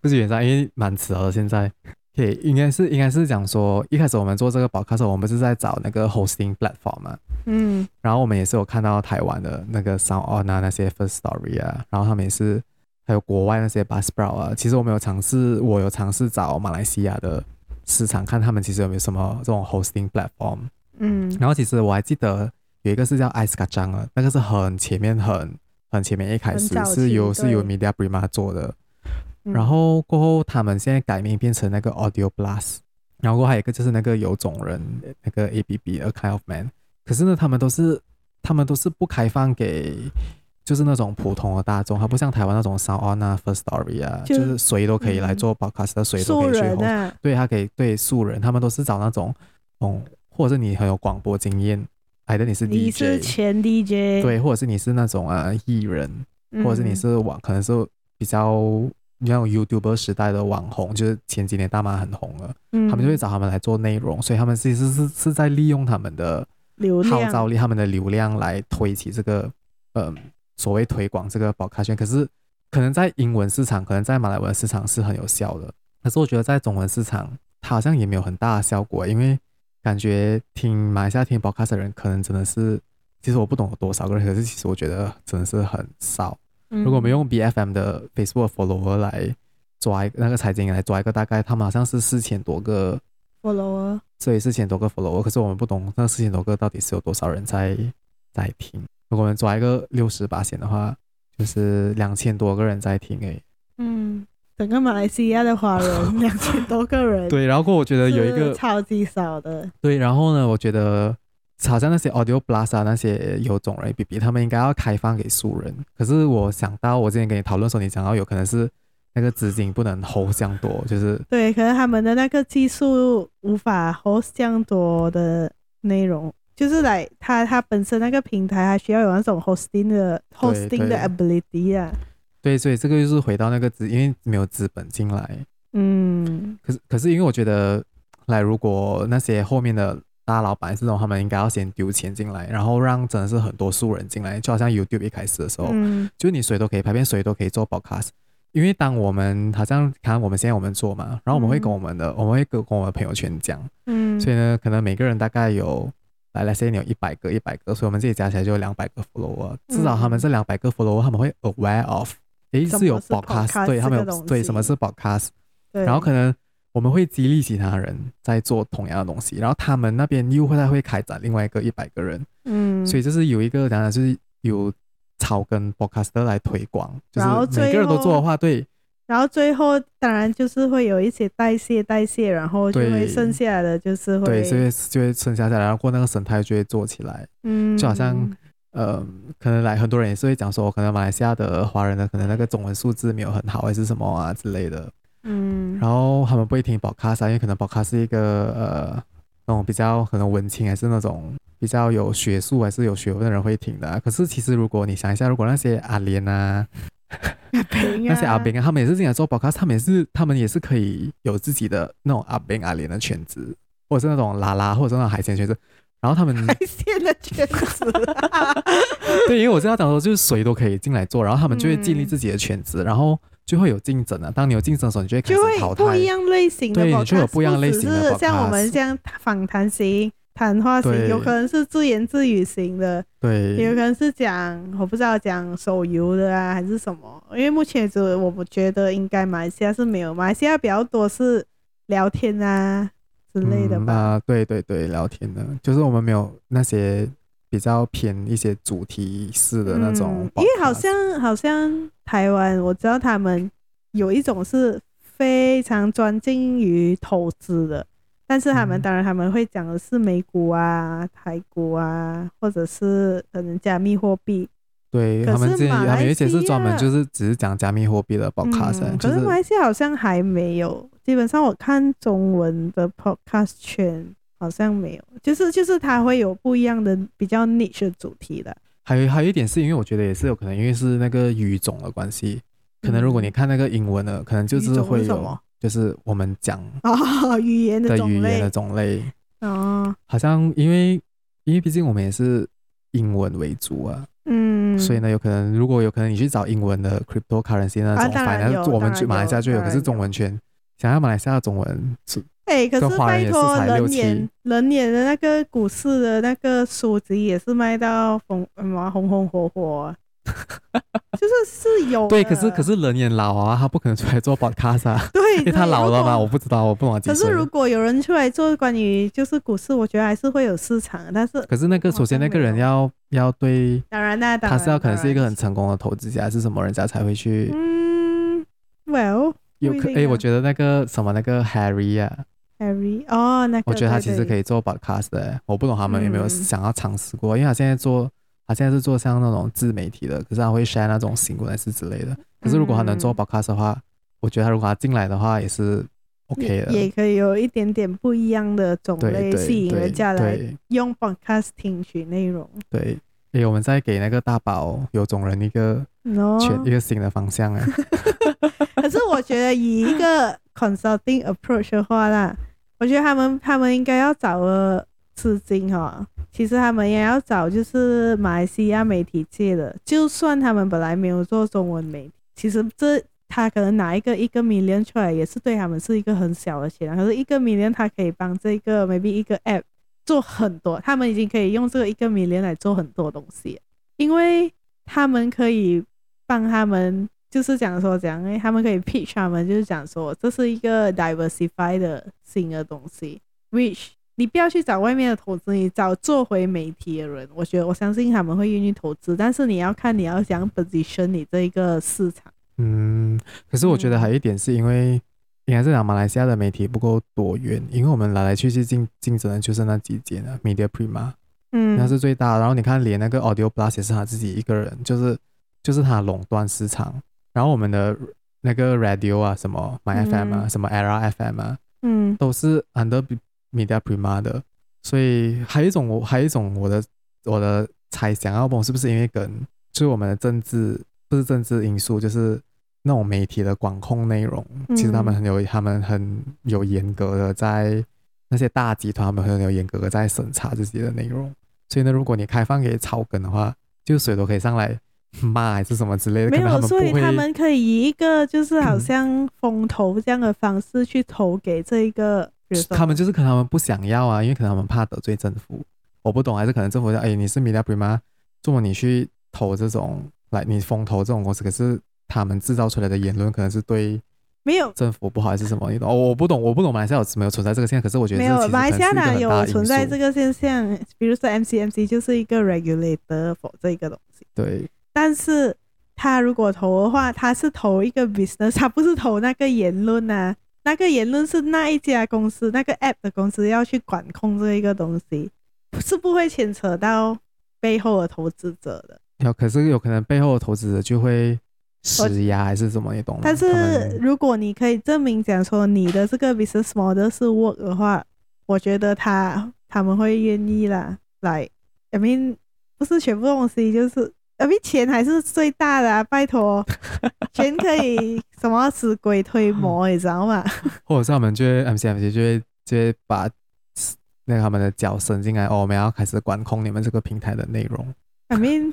[SPEAKER 1] 不是原上，因为蛮迟了。现在，可以应该是应该是讲说，一开始我们做这个 podcast，我们不是在找那个 hosting platform 嘛，
[SPEAKER 2] 嗯
[SPEAKER 1] 然后我们也是有看到台湾的那个 Sound On 啊，那些 First Story 啊，然后他们也是还有国外那些 b u s b r o w 啊。其实我们有尝试，我有尝试找马来西亚的市场，看他们其实有没有什么这种 hosting platform。
[SPEAKER 2] 嗯
[SPEAKER 1] 然后其实我还记得有一个是叫 Ice k a j a n 啊，那个是很前面很很前面一开始
[SPEAKER 2] 很早期
[SPEAKER 1] 是由是由
[SPEAKER 2] 对
[SPEAKER 1] Media Prima 做的，
[SPEAKER 2] 嗯
[SPEAKER 1] 然后过后他们现在改名变成那个 Audio Plus，然后过后还有一个就是那个有种人那个 ABB A Kind of Man，可是呢他们都是他们都是不开放给。就是那种普通的大众，它不像台湾那种 Sound On 啊、First Story 啊，就
[SPEAKER 2] 就是
[SPEAKER 1] 谁都可以来
[SPEAKER 2] 嗯
[SPEAKER 1] 做 podcast，、谁都
[SPEAKER 2] 素
[SPEAKER 1] 可以去 host
[SPEAKER 2] 人啊，
[SPEAKER 1] 对他给对素人，他们都是找那种，嗯，或者是你很有广播经验，还的你是
[SPEAKER 2] 你
[SPEAKER 1] DJ，
[SPEAKER 2] 是前 DJ，
[SPEAKER 1] 对，或者是你是那种呃艺人，
[SPEAKER 2] 嗯，
[SPEAKER 1] 或者是你是网，可能是比较那种 YouTuber 时代的网红，就是前几年大妈很红了，
[SPEAKER 2] 嗯，
[SPEAKER 1] 他们就会找他们来做内容，所以他们其实是是在利用他们的
[SPEAKER 2] 流量
[SPEAKER 1] 号召力、他们的流量来推起这个，嗯、所谓推广这个保卡圈。可是可能在英文市场，可能在马来文市场是很有效的，可是我觉得在中文市场，它好像也没有很大的效果，欸因为感觉听马来西亚听保卡的人，可能真的是，其实我不懂有多少个人，可是其实我觉得真的是很少。
[SPEAKER 2] 嗯
[SPEAKER 1] 如果我们用 B F M 的 Facebook follower 来抓一个那个财经来抓一个大概，他们好像是四千多个
[SPEAKER 2] follower，
[SPEAKER 1] 所以四千多个 follower，可是我们不懂那四千多个到底是有多少人在在听。如果我们抓一个六十八线的话，就是两千多个人在听诶。
[SPEAKER 2] 嗯，整个马来西亚的华 人两千多个人，
[SPEAKER 1] 对，然后过后我觉得有一个
[SPEAKER 2] 是超级少的，
[SPEAKER 1] 对，然后呢，我觉得好像那些 Audio Plus 啊，那些有种人 APP，他们应该要开放给素人。可是我想到，我之前跟你讨论的时候，你讲到有可能是那个资金不能 hold 这样多，就是
[SPEAKER 2] 对，可能他们的那个技术无法 host 这样多的内容，就是来它它本身那个平台它需要有那种 hosting 的 hosting 的 ability 啊，
[SPEAKER 1] 对，所以这个就是回到那个资，因为没有资本进来。
[SPEAKER 2] 嗯，
[SPEAKER 1] 可是可是因为我觉得，来如果那些后面的大老板这种，他们应该要先丢钱进来，然后让真的是很多素人进来，就好像 YouTube 一开始的时候，
[SPEAKER 2] 嗯，
[SPEAKER 1] 就你谁都可以拍片，谁都可以做 podcast。因为当我们好像看我们现在我们做嘛，然后我们会跟我们的，我们会跟跟我们的朋友圈讲，
[SPEAKER 2] 嗯，
[SPEAKER 1] 所以呢，可能每个人大概有，来来 say 你有一百个，一百个，所以我们自己加起来就有两百个 follower。至少他们这两百个 follower，他们会 aware of，诶，
[SPEAKER 2] 嗯什
[SPEAKER 1] 是有
[SPEAKER 2] 么是 podcast
[SPEAKER 1] 对
[SPEAKER 2] 这
[SPEAKER 1] 他们
[SPEAKER 2] 个
[SPEAKER 1] 有
[SPEAKER 2] 东
[SPEAKER 1] 对
[SPEAKER 2] 西
[SPEAKER 1] 什么是 podcast，
[SPEAKER 2] 对，
[SPEAKER 1] 然后可能我们会激励其他人在做同样的东西，然后他们那边又会再会开展另外一个一百个人，
[SPEAKER 2] 嗯，
[SPEAKER 1] 所以就是有一个讲讲就是有草根 podcaster 来推广，就是
[SPEAKER 2] 然后
[SPEAKER 1] 每个人都
[SPEAKER 2] 最后
[SPEAKER 1] 做的话，对
[SPEAKER 2] 然后最后当然就是会有一些代谢代谢，然后就
[SPEAKER 1] 对
[SPEAKER 2] 会剩下来的就是会，
[SPEAKER 1] 对，所以就会剩下下来，然后过那个生态就会做起来。
[SPEAKER 2] 嗯，
[SPEAKER 1] 就好像呃，可能来很多人也是会讲说，哦可能马来西亚的华人呢，可能那个中文素质没有很好，还是什么啊之类的。
[SPEAKER 2] 嗯，
[SPEAKER 1] 然后他们不会听 podcast，、啊、因为可能 podcast 是一个呃那种比较可能文青，还是那种比较有学术还是有学问的人会听的啊、可是其实如果你想一下，如果那些阿莲啊，
[SPEAKER 2] 饼
[SPEAKER 1] 那些阿
[SPEAKER 2] 啊
[SPEAKER 1] 兵啊，他们也是进来做 podcast，他们也是他们也是可以有自己的那种阿兵阿莲的圈子，或者是那种拉拉，或者是那种海鲜圈子。然后他们
[SPEAKER 2] 海鲜的圈子，啊
[SPEAKER 1] 对，因为我知道讲说，就是谁都可以进来做，然后他们就会建立
[SPEAKER 2] 嗯
[SPEAKER 1] 自己的圈子，然后就会有竞争啊。当你有竞争的时候，你就会开
[SPEAKER 2] 就
[SPEAKER 1] 始
[SPEAKER 2] 会
[SPEAKER 1] 淘汰。
[SPEAKER 2] 不一样类型的 podcast，
[SPEAKER 1] 对就有不一样类型的
[SPEAKER 2] 只是像我们
[SPEAKER 1] podcast
[SPEAKER 2] 这样访谈型、谈话型，
[SPEAKER 1] 对
[SPEAKER 2] 有可能是自言自语型的，也有
[SPEAKER 1] 对，
[SPEAKER 2] 可能是讲我不知道讲手游的啊，还是什么。因为目前只我不觉得应该马来西亚是没有，马来西亚比较多是聊天啊之类的
[SPEAKER 1] 嗯
[SPEAKER 2] 吧。
[SPEAKER 1] 啊，对对对，聊天的，就是我们没有那些比较偏一些主题式的那种
[SPEAKER 2] 嗯
[SPEAKER 1] podcast、
[SPEAKER 2] 因为好像好像台湾，我知道他们有一种是非常专精于投资的，但是他们、
[SPEAKER 1] 嗯
[SPEAKER 2] 当然他们会讲的是美股啊、台股啊，或者是可能加密货币。
[SPEAKER 1] 对
[SPEAKER 2] 可
[SPEAKER 1] 他们
[SPEAKER 2] 是
[SPEAKER 1] 之前
[SPEAKER 2] 马
[SPEAKER 1] 有他们有一些是
[SPEAKER 2] 来西
[SPEAKER 1] 专门
[SPEAKER 2] 亚
[SPEAKER 1] 就是只是讲加密货币的 podcast，、啊
[SPEAKER 2] 嗯，
[SPEAKER 1] 就
[SPEAKER 2] 可是马
[SPEAKER 1] 是
[SPEAKER 2] 来西亚好像还没有。基本上我看中文的 podcast 圈好像没有，就是就是它会有不一样的比较 niche 的主题的。
[SPEAKER 1] 还有还有一点是因为我觉得也是有可能，因为是那个语种的关系，可能如果你
[SPEAKER 2] 嗯
[SPEAKER 1] 看那个英文的，可能就
[SPEAKER 2] 语
[SPEAKER 1] 是
[SPEAKER 2] 种
[SPEAKER 1] 会
[SPEAKER 2] 是什
[SPEAKER 1] 有
[SPEAKER 2] 么，
[SPEAKER 1] 就是我们讲
[SPEAKER 2] 哦，语言的
[SPEAKER 1] 的
[SPEAKER 2] 种
[SPEAKER 1] 语言
[SPEAKER 2] 类
[SPEAKER 1] 的种类。
[SPEAKER 2] 哦，
[SPEAKER 1] 好像因为因为毕竟我们也是英文为主啊，
[SPEAKER 2] 嗯，
[SPEAKER 1] 所以呢，有可能如果有可能你去找英文的 cryptocurrency 那种，
[SPEAKER 2] 啊当然
[SPEAKER 1] 反正
[SPEAKER 2] 有
[SPEAKER 1] 我们
[SPEAKER 2] 当然
[SPEAKER 1] 去马来西亚就有，
[SPEAKER 2] 有
[SPEAKER 1] 可
[SPEAKER 2] 当然
[SPEAKER 1] 是中文圈想要马来西亚的中文是
[SPEAKER 2] 哎、可
[SPEAKER 1] 这
[SPEAKER 2] 是
[SPEAKER 1] 华人
[SPEAKER 2] 拜
[SPEAKER 1] 也是
[SPEAKER 2] 托，
[SPEAKER 1] 才六
[SPEAKER 2] 人
[SPEAKER 1] 七
[SPEAKER 2] 眼人眼的那个股市的那个书籍也是卖到红什么红红火火啊、就是是有
[SPEAKER 1] 对，
[SPEAKER 2] 的
[SPEAKER 1] 可是可是人也老啊，他不可能出来做 podcast 啊，
[SPEAKER 2] 对，
[SPEAKER 1] 因为
[SPEAKER 2] 对
[SPEAKER 1] 他老了嘛，
[SPEAKER 2] 如
[SPEAKER 1] 我
[SPEAKER 2] 果
[SPEAKER 1] 不知道，我不懂他几
[SPEAKER 2] 可是
[SPEAKER 1] 岁
[SPEAKER 2] 如果有人出来做关于就是股市，我觉得还是会有市场的，但是
[SPEAKER 1] 可是那个
[SPEAKER 2] 好
[SPEAKER 1] 首先
[SPEAKER 2] 像
[SPEAKER 1] 那个
[SPEAKER 2] 没
[SPEAKER 1] 人
[SPEAKER 2] 哦有
[SPEAKER 1] 要要对，
[SPEAKER 2] 当然那当
[SPEAKER 1] 他
[SPEAKER 2] 然
[SPEAKER 1] 是要可能是一个很
[SPEAKER 2] 当
[SPEAKER 1] 成功的投资家，是什么人家才会去
[SPEAKER 2] 然嗯，Well
[SPEAKER 1] 有
[SPEAKER 2] 不一
[SPEAKER 1] 可
[SPEAKER 2] 定
[SPEAKER 1] 诶，我
[SPEAKER 2] 啊
[SPEAKER 1] 觉得那个什么那个 Harry 啊，
[SPEAKER 2] Harry 哦，那个
[SPEAKER 1] 我觉得他其实可
[SPEAKER 2] 以
[SPEAKER 1] 以做 podcast 的、欸我不懂他们有没有
[SPEAKER 2] 嗯
[SPEAKER 1] 想要尝试过，因为他现在做，他现在是做像那种自媒体的，可是他会 share 那种新闻还是之类的。可是如果他能做 podcast 的话，我觉得他如果他进来的话也是 OK
[SPEAKER 2] 嗯也
[SPEAKER 1] 的。
[SPEAKER 2] 也可以有一点点不一样的种
[SPEAKER 1] 对
[SPEAKER 2] 类
[SPEAKER 1] 对
[SPEAKER 2] 吸引
[SPEAKER 1] 对
[SPEAKER 2] 人家来
[SPEAKER 1] 对
[SPEAKER 2] 用 podcast 听取内容，
[SPEAKER 1] 对，诶，我们再给那个大宝有种人一个
[SPEAKER 2] 喏
[SPEAKER 1] 全、一个新的方向 哎，
[SPEAKER 2] 可是我觉得以一个 consulting approach 的话啦，我觉得他们他们应该要找的资金哈，其实他们也要找就是马来西亚媒体界的，就算他们本来没有做中文媒体，其实这他可能拿一个一个 million 出来，也是对他们是一个很小的钱啊，可是一个 million 他可以帮这个 maybe 一个 app 做很多，他们已经可以用这个一个 million 来做很多东西，因为他们可以帮他们，就是讲说讲，哎，他们可以 pitch 他们，就是讲说这是一个 diversify 的新的东西，which 你不要去找外面的投资，你找做回媒体的人，我觉得我相信他们会愿意投资，但是你要看你要想 position 你这一个市场，
[SPEAKER 1] 嗯，可是我觉得
[SPEAKER 2] 嗯
[SPEAKER 1] 还有一点是因为，应该是讲马来西亚的媒体不够多元，因为我们来来去去竞竞争的就是那几间啊，Media Prima
[SPEAKER 2] 嗯，
[SPEAKER 1] 那是最大的。然后你看，连那个 Audio Plus 也是他自己一个人，就是就是他垄断市场。然后我们的那个 Radio 啊，什么 My FM 啊，
[SPEAKER 2] 嗯
[SPEAKER 1] 什么 Era FM 啊，
[SPEAKER 2] 嗯
[SPEAKER 1] 都是 under B- Media Prima 的，所以还有一种我还有一种我的我的猜想，要不然是不是因为跟就是我们的政治不是政治因素，就是那种媒体的管控内容，
[SPEAKER 2] 嗯
[SPEAKER 1] 其实他们很有他们很有严格的在那些大集团，他们很有严格的在审查自己的内容，所以呢，如果你开放给草根的话，就谁都可以上来骂还是什么之类的，
[SPEAKER 2] 没
[SPEAKER 1] 可能
[SPEAKER 2] 有，
[SPEAKER 1] 们
[SPEAKER 2] 所以
[SPEAKER 1] 不会
[SPEAKER 2] 他们可以以一个就 是好像风投这样的方式去投给这一个，比如说
[SPEAKER 1] 他们就是可能他们不想要啊，因为可能他们怕得罪政府，我不懂，还是可能政府说，哎，你是 Media Prima，这么你去投这种来你风投这种公司，可是他们制造出来的言论可能是对
[SPEAKER 2] 没有
[SPEAKER 1] 政府不好，还是什么？你懂？哦，我不懂，我不懂马来西亚有没有存在这个现象，可是我觉得
[SPEAKER 2] 没有，马来西亚哪
[SPEAKER 1] 哪
[SPEAKER 2] 有存在这
[SPEAKER 1] 个
[SPEAKER 2] 个现象？比如说 MCMC 就是一个 regulator for 这个东西，
[SPEAKER 1] 对
[SPEAKER 2] 但是他如果投的话，他是投一个 business，他不是投那个言论啊。那个言论是那一家公司那个 app 的公司要去管控这一个东西，是不会牵扯到背后的投资者的。
[SPEAKER 1] 有，可是有可能背后的投资者就会施压还是什么，你懂吗？
[SPEAKER 2] 但
[SPEAKER 1] 他
[SPEAKER 2] 是
[SPEAKER 1] 们
[SPEAKER 2] 如果你可以证明讲说你的这个 business model 是 work 的话，我觉得他他们会愿意啦。来，I mean 不是全部东西，就是，I mean 钱还是最大的啊，拜托，钱可以什么死鬼推磨，你知道吗？
[SPEAKER 1] 或者是他们就会 MCMC 就会就会把那个他们的脚伸进来，哦，我们要开始管控你们这个平台的内容。
[SPEAKER 2] I mean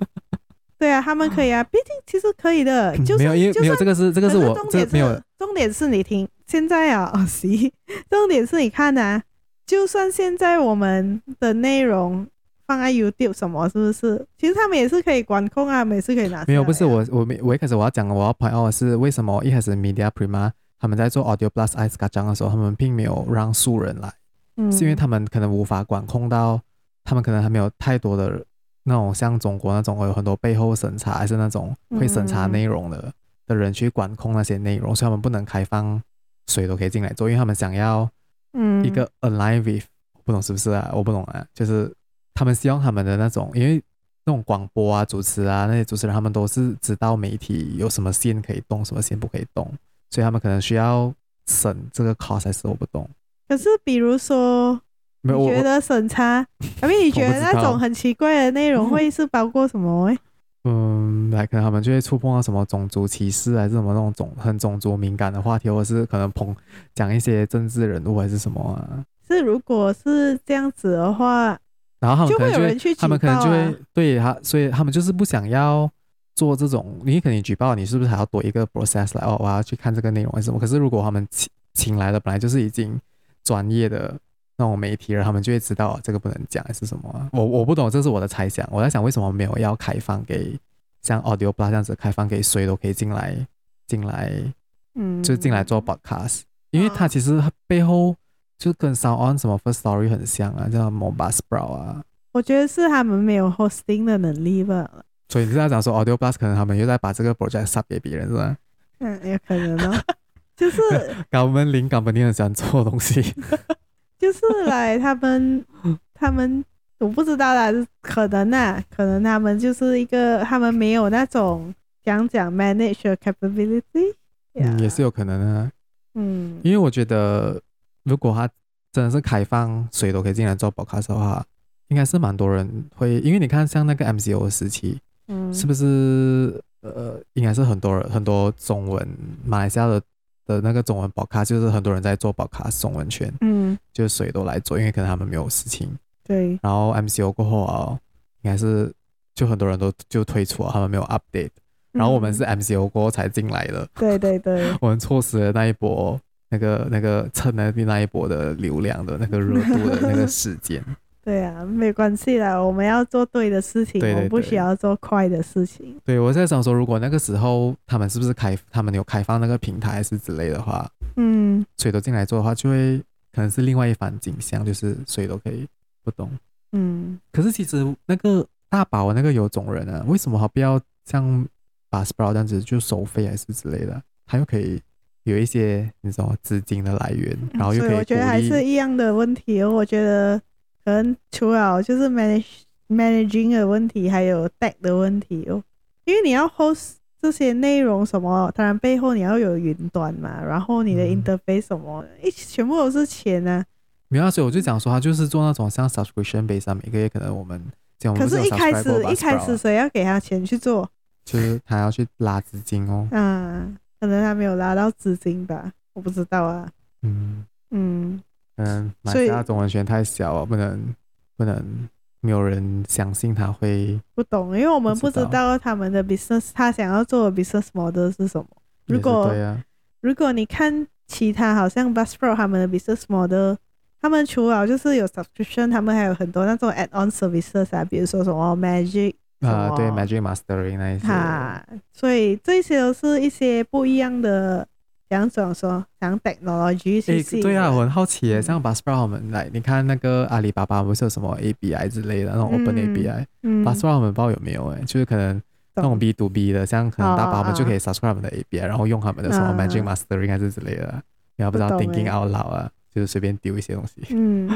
[SPEAKER 2] 对啊，他们可以 啊，毕竟其实可以的，哎就是
[SPEAKER 1] 没有，因为
[SPEAKER 2] 就
[SPEAKER 1] 没有
[SPEAKER 2] 算
[SPEAKER 1] 这个是这
[SPEAKER 2] 可
[SPEAKER 1] 个是我
[SPEAKER 2] 重
[SPEAKER 1] 这
[SPEAKER 2] 点
[SPEAKER 1] 没有
[SPEAKER 2] 是重点是你听，现在啊， 哦，行，重点是你看啊，就算现在我们的内容放在 YouTube 什么，是不是？其实他们也是可以管控啊，他们也是可以拿、
[SPEAKER 1] 没有不是，我我没我一开始我要讲的我要 point out 的是为什么一开始 Media Prima 他们在做 Audio Plus Ice g a j a n 的时候，他们并没有让素人来，
[SPEAKER 2] 嗯、
[SPEAKER 1] 是因为他们可能无法管控到，他们可能还没有太多的那种像中国那种有很多背后审查，还是那种会审
[SPEAKER 2] 嗯
[SPEAKER 1] 查内容的、的人去管控那些内容，所以他们不能开放谁都可以进来做，因为他们想要
[SPEAKER 2] 嗯
[SPEAKER 1] 一个 align with，我不懂是不是啊？我不懂啊，就是他们希望他们的那种，因为那种广播啊、主持啊那些主持人，他们都是知道媒体有什么线可以动，什么线不可以动，所以他们可能需要省这个 cost 还是我不懂。
[SPEAKER 2] 可是比如说，
[SPEAKER 1] 没有，
[SPEAKER 2] 你
[SPEAKER 1] 我
[SPEAKER 2] 觉
[SPEAKER 1] 我
[SPEAKER 2] 得审查，因为你觉得那
[SPEAKER 1] 我不知道
[SPEAKER 2] 种很奇怪的内容会是包括什么、欸？
[SPEAKER 1] 嗯，来可能他们就会触碰到什么种族歧视，啊还是什么那种种很种族敏感的话题，或者是可能捧讲一些政治人物还是什么啊。
[SPEAKER 2] 是如果是这样子的话，
[SPEAKER 1] 然后他们
[SPEAKER 2] 就
[SPEAKER 1] 可能
[SPEAKER 2] 会有
[SPEAKER 1] 就
[SPEAKER 2] 人
[SPEAKER 1] 会，
[SPEAKER 2] 去举
[SPEAKER 1] 他们可能
[SPEAKER 2] 报
[SPEAKER 1] 就
[SPEAKER 2] 啊
[SPEAKER 1] 会。对他，所以他们就是不想要做这种。你可能举报，你是不是还要多一个 process 来？哦，我要去看这个内容为什么？可是如果他们请请来的本来就是已经专业的那种媒体了，他们就会知道、哦这个不能讲还是什么啊、我我不懂，这是我的猜想。我在想为什么没有要开放给像 Audio Plus 这样子开放给谁都可以进来进来
[SPEAKER 2] 嗯，
[SPEAKER 1] 就进来做 podcast，因为它
[SPEAKER 2] 啊
[SPEAKER 1] 其实背后就跟 Sound On 什么 First Story 很像啊，叫 m o b a s p r o 啊。
[SPEAKER 2] 我觉得是他们没有 hosting 的能力吧。
[SPEAKER 1] 所以你是在讲说 Audio Plus 可能他们又在把这个 project sub 给别人是吧？
[SPEAKER 2] 嗯，有可能 哦，就是
[SPEAKER 1] 港本领港本地很喜欢做的东西，
[SPEAKER 2] 就是来 他们他们我不知道啦，可能啊，可能他们就是一个他们没有那种讲讲 manage your capability，、
[SPEAKER 1] 嗯，也是，有可能啊。
[SPEAKER 2] 嗯
[SPEAKER 1] 因为我觉得如果他真的是开放谁都可以进来做 podcast 的话，应该是蛮多人会，因为你看像那个 MCO 时期，
[SPEAKER 2] 嗯，
[SPEAKER 1] 是不是？呃，应该是很多人很多中文马来西亚的的那个中文 podcast，就是很多人在做 podcast 中文圈，
[SPEAKER 2] 嗯，
[SPEAKER 1] 就是谁都来做，因为可能他们没有事情。
[SPEAKER 2] 对，
[SPEAKER 1] 然后 MCO 过后啊，应该是就很多人都就退出啊了，他们没有 update。然后我们是
[SPEAKER 2] 嗯
[SPEAKER 1] MCO 过后才进来的，
[SPEAKER 2] 对对对，
[SPEAKER 1] 我们错失了那一波那个那个蹭那那一波的流量的那个热度的那个时间。
[SPEAKER 2] 对啊，没关系啦，我们要做对的事情，
[SPEAKER 1] 对对
[SPEAKER 2] 我们不
[SPEAKER 1] 对
[SPEAKER 2] 需要做快的事情，
[SPEAKER 1] 对我在想说，如果那个时候他们是不是开他们有开放那个平台还是之类的话，
[SPEAKER 2] 嗯，
[SPEAKER 1] 水都进来做的话，就会可能是另外一番景象，就是水都可以不懂。
[SPEAKER 2] 嗯，
[SPEAKER 1] 可是其实那个大宝那个有种人啊，为什么他不要像 b a s p r o 这样子就收费还是之类的？它又可以有一些你知道吗资金的来源，然后又
[SPEAKER 2] 嗯所以
[SPEAKER 1] 可
[SPEAKER 2] 我
[SPEAKER 1] 以鼓
[SPEAKER 2] 觉得还是
[SPEAKER 1] 励。
[SPEAKER 2] 一样的问题。哦我觉得可能除了就是 manage managing 的问题，还有 tech 的问题哦。因为你要 host 这些内容什么，当然背后你要有云端嘛，然后你的
[SPEAKER 1] 嗯
[SPEAKER 2] interface 什么，一、全部都是钱啊。
[SPEAKER 1] 没有啊，所以我就讲说，它就是做那种像 subscription base 啊，每个月可能我们讲我
[SPEAKER 2] 可
[SPEAKER 1] 们
[SPEAKER 2] 是，
[SPEAKER 1] 有
[SPEAKER 2] 一开始
[SPEAKER 1] subscriber 吧
[SPEAKER 2] 一开
[SPEAKER 1] Sprout
[SPEAKER 2] 始
[SPEAKER 1] 啊
[SPEAKER 2] 谁要给他钱去做？
[SPEAKER 1] 就是他要去拉资金哦。
[SPEAKER 2] 嗯，可能他没有拉到资金吧，我不知道啊。
[SPEAKER 1] 嗯，
[SPEAKER 2] 嗯，
[SPEAKER 1] 可能马
[SPEAKER 2] 所
[SPEAKER 1] 来
[SPEAKER 2] 以
[SPEAKER 1] 西亚中文圈太小了，不能不能没有人相信他会。
[SPEAKER 2] 不懂，因为我们
[SPEAKER 1] 不
[SPEAKER 2] 不
[SPEAKER 1] 知道
[SPEAKER 2] 知道他们的 business，他想要做的 business model 是什么。如
[SPEAKER 1] 也
[SPEAKER 2] 果
[SPEAKER 1] 是对啊，
[SPEAKER 2] 如果你看其他好像 b u s p r o 他们的 business model，他们除了就是有 subscription，他们还有很多那种 add on services 啊，比如说什么 magic
[SPEAKER 1] 啊、对
[SPEAKER 2] 什么
[SPEAKER 1] Magic Mastering 那一些，
[SPEAKER 2] 哈，所以这些都是一些不一样的，讲讲说讲
[SPEAKER 1] 诶
[SPEAKER 2] technology 去吸引
[SPEAKER 1] 对啊，
[SPEAKER 2] 人
[SPEAKER 1] 我很好奇耶，
[SPEAKER 2] 嗯
[SPEAKER 1] 像 b u s p r o 我们来，你看那个阿里巴巴不是有什么 ABI 之类的那种 Open
[SPEAKER 2] 嗯
[SPEAKER 1] ABI，b
[SPEAKER 2] 嗯
[SPEAKER 1] u s p r o 我们不知道有没有哎，就是可能那种
[SPEAKER 2] 懂
[SPEAKER 1] B to B 的，像可能大巴我
[SPEAKER 2] 哦
[SPEAKER 1] 们
[SPEAKER 2] 哦
[SPEAKER 1] 就可以 subscribe 我们的 ABI，然后用他们的什么
[SPEAKER 2] 嗯
[SPEAKER 1] Magic Mastering 还是之类的，然后不
[SPEAKER 2] 不
[SPEAKER 1] 知道
[SPEAKER 2] 懂
[SPEAKER 1] thinking
[SPEAKER 2] 诶
[SPEAKER 1] out loud 啊，就是随便丢一些东西。
[SPEAKER 2] 嗯，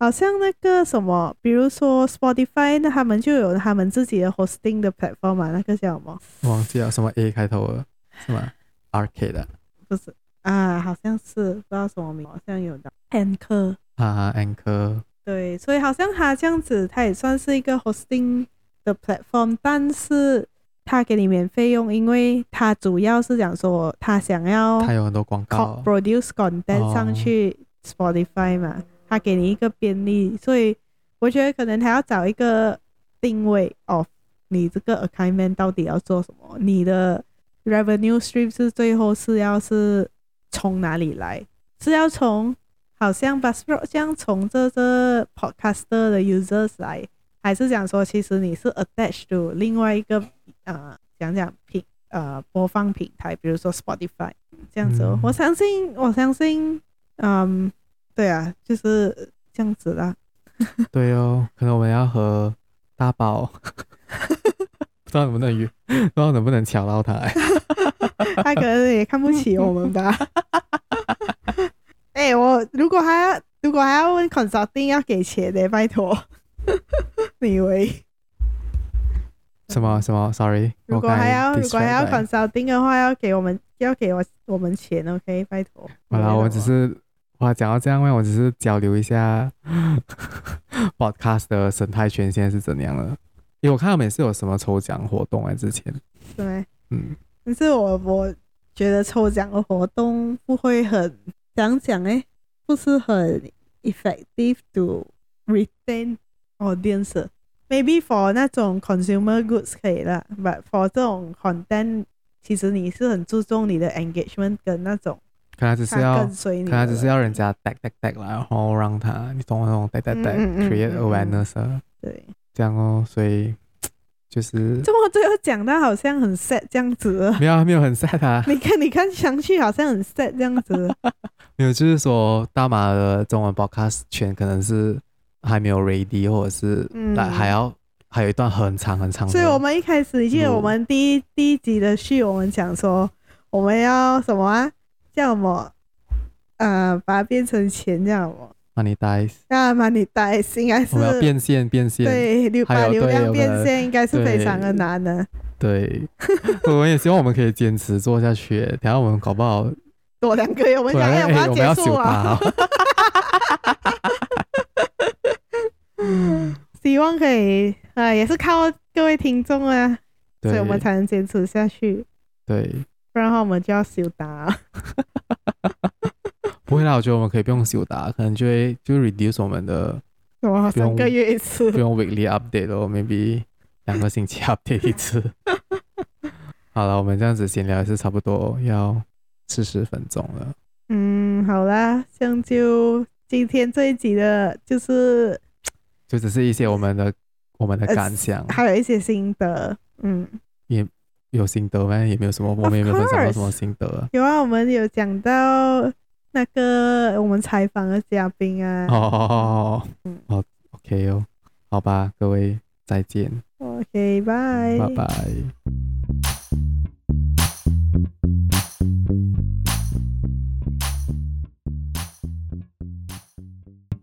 [SPEAKER 2] 好像那个什么，比如说 Spotify，那他们就有他们自己的 hosting 的 platform 嘛，那个叫什么？
[SPEAKER 1] 忘记了什么 A 开头的，是吗？Arcade 的
[SPEAKER 2] 不是啊，好像是不知道什么名，好像有的 Anchor。
[SPEAKER 1] 啊，Anchor，
[SPEAKER 2] 对，所以好像它这样子，它也算是一个 hosting 的 platform，但是它给你免费用，因为它主要是讲说它想要
[SPEAKER 1] 它有很多广告，
[SPEAKER 2] co- produce content
[SPEAKER 1] 哦
[SPEAKER 2] 上去 Spotify 嘛，它给你一个便利，所以我觉得可能它要找一个定位哦，你这个 assignment 到底要做什么，你的 revenue stream 是最后是要是从哪里来，是要从好像 b u s p r o 这样从这这 podcaster 的 users 来，还是讲说其实你是 attached to 另外一个呃讲讲平呃播放平台，比如说 Spotify 这样子哦。
[SPEAKER 1] 嗯
[SPEAKER 2] 我相信，我相信，嗯，对啊，就是这样子啦。
[SPEAKER 1] 对哦，可能我们要和大宝， 不知道能不能约，不知道能不能抢到他、哎
[SPEAKER 2] 他可能也看不起我们吧。 哎、我如果还要如果还要问 consulting 要给钱的，拜托， 你以为？
[SPEAKER 1] 什么什么？Sorry，
[SPEAKER 2] 嗯如
[SPEAKER 1] 我
[SPEAKER 2] 果
[SPEAKER 1] 刚才
[SPEAKER 2] 还要如
[SPEAKER 1] distract
[SPEAKER 2] 果还要
[SPEAKER 1] 来
[SPEAKER 2] consulting 的话，要给我们要给我我们钱，OK，拜托。
[SPEAKER 1] 好啦，我只是哇，讲到这样，我只是交流一下 podcast 的生态圈现在是怎样了。因为我看他们也是有什么抽奖活动啊，之前，
[SPEAKER 2] 对吗，
[SPEAKER 1] 嗯，
[SPEAKER 2] 但是我我觉得抽奖的活动不会很讲讲哎，不是很 effective to retain audience。Maybe for 那种 consumer goods 可以啦，but for 这种 content，其实你是很注重你的 engagement 跟那种
[SPEAKER 1] 可能只是
[SPEAKER 2] 它
[SPEAKER 1] 要
[SPEAKER 2] 跟，随
[SPEAKER 1] 可
[SPEAKER 2] 你的。
[SPEAKER 1] 能只是要人家 tag tag tag 啦，然后让他，你懂我那种 tag tag
[SPEAKER 2] 嗯
[SPEAKER 1] tag
[SPEAKER 2] 嗯嗯
[SPEAKER 1] create
[SPEAKER 2] 嗯嗯
[SPEAKER 1] awareness 啊
[SPEAKER 2] 对，
[SPEAKER 1] 这样哦，所以就是
[SPEAKER 2] 这么最后讲到好像很 sad 这样子了。
[SPEAKER 1] 没有啊没有很 sad 啊，
[SPEAKER 2] 你看，你看上去好像很 sad 这样子。啊
[SPEAKER 1] 没有就是说大马的中文 podcast 圈可能是还没有 ready，或者是
[SPEAKER 2] 嗯
[SPEAKER 1] 来还要还有一段很长很长的，
[SPEAKER 2] 所以我们一开始，你记得我们第一第一集的序，我们讲说我们要什么啊？叫什么？呃，把它变成钱叫什么？
[SPEAKER 1] money dies。
[SPEAKER 2] 那 money dice 应该是
[SPEAKER 1] 我们要变现，变现。
[SPEAKER 2] 对流
[SPEAKER 1] 还
[SPEAKER 2] 把
[SPEAKER 1] 有
[SPEAKER 2] 流
[SPEAKER 1] 对
[SPEAKER 2] 量
[SPEAKER 1] 我们
[SPEAKER 2] 变现，应该是非
[SPEAKER 1] 对
[SPEAKER 2] 常的难的。
[SPEAKER 1] 对， 我们也希望我们可以坚持做下去。等下我们搞不好，
[SPEAKER 2] 多两个月，我们
[SPEAKER 1] 突
[SPEAKER 2] 讲
[SPEAKER 1] 然哎、
[SPEAKER 2] 哎，
[SPEAKER 1] 我
[SPEAKER 2] 们
[SPEAKER 1] 们要
[SPEAKER 2] 要结
[SPEAKER 1] 九
[SPEAKER 2] 束啊了，
[SPEAKER 1] 八，哦
[SPEAKER 2] 希望可以呃，也是靠各位听众啊，所以
[SPEAKER 1] 对
[SPEAKER 2] 我们才能坚持下去，
[SPEAKER 1] 对，
[SPEAKER 2] 不然的话我们就要休达了。
[SPEAKER 1] 不会啦。我觉得我们可以不用休打，可能就会就 reduce 我们的
[SPEAKER 2] 什么
[SPEAKER 1] 不用
[SPEAKER 2] 三个月一次
[SPEAKER 1] 不？用 weekly update 哦，maybe 两个星期 update 一 次。好了，我们这样子闲聊也是差不多要四十分钟了。
[SPEAKER 2] 嗯，好啦，这样就今天这一集的，就是
[SPEAKER 1] 就只是一些我们的我们的
[SPEAKER 2] 呃
[SPEAKER 1] 感想，
[SPEAKER 2] 还有一些心得。嗯，
[SPEAKER 1] 有心得吗？也没有什么，我
[SPEAKER 2] Of
[SPEAKER 1] 们也没有分享到什么
[SPEAKER 2] course
[SPEAKER 1] 心得啊。
[SPEAKER 2] 有啊，我们有讲到那个我们采访的嘉宾啊。
[SPEAKER 1] 哦
[SPEAKER 2] 嗯
[SPEAKER 1] 哦，OK 哦，好吧，各位再见，
[SPEAKER 2] 嗯 OK，拜
[SPEAKER 1] 拜拜。